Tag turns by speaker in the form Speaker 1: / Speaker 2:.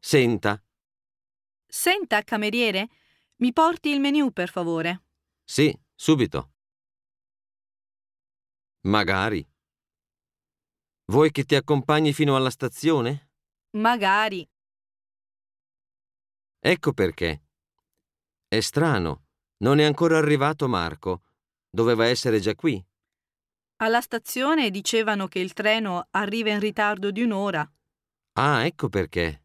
Speaker 1: Senta,
Speaker 2: Senta, cameriere, mi porti il menù, per favore.
Speaker 1: sì, subito. Magari. Vuoi che ti accompagni fino alla stazione?
Speaker 2: Magari.
Speaker 1: Ecco perché. È strano, non è ancora arrivato Marco. Doveva essere già qui.
Speaker 2: Alla stazione dicevano che il treno arriva in ritardo di un'ora.
Speaker 1: Ah, ecco perché.